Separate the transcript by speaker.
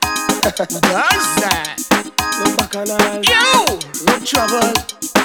Speaker 1: Does that?
Speaker 2: No bacchanal,
Speaker 1: You!
Speaker 2: no trouble.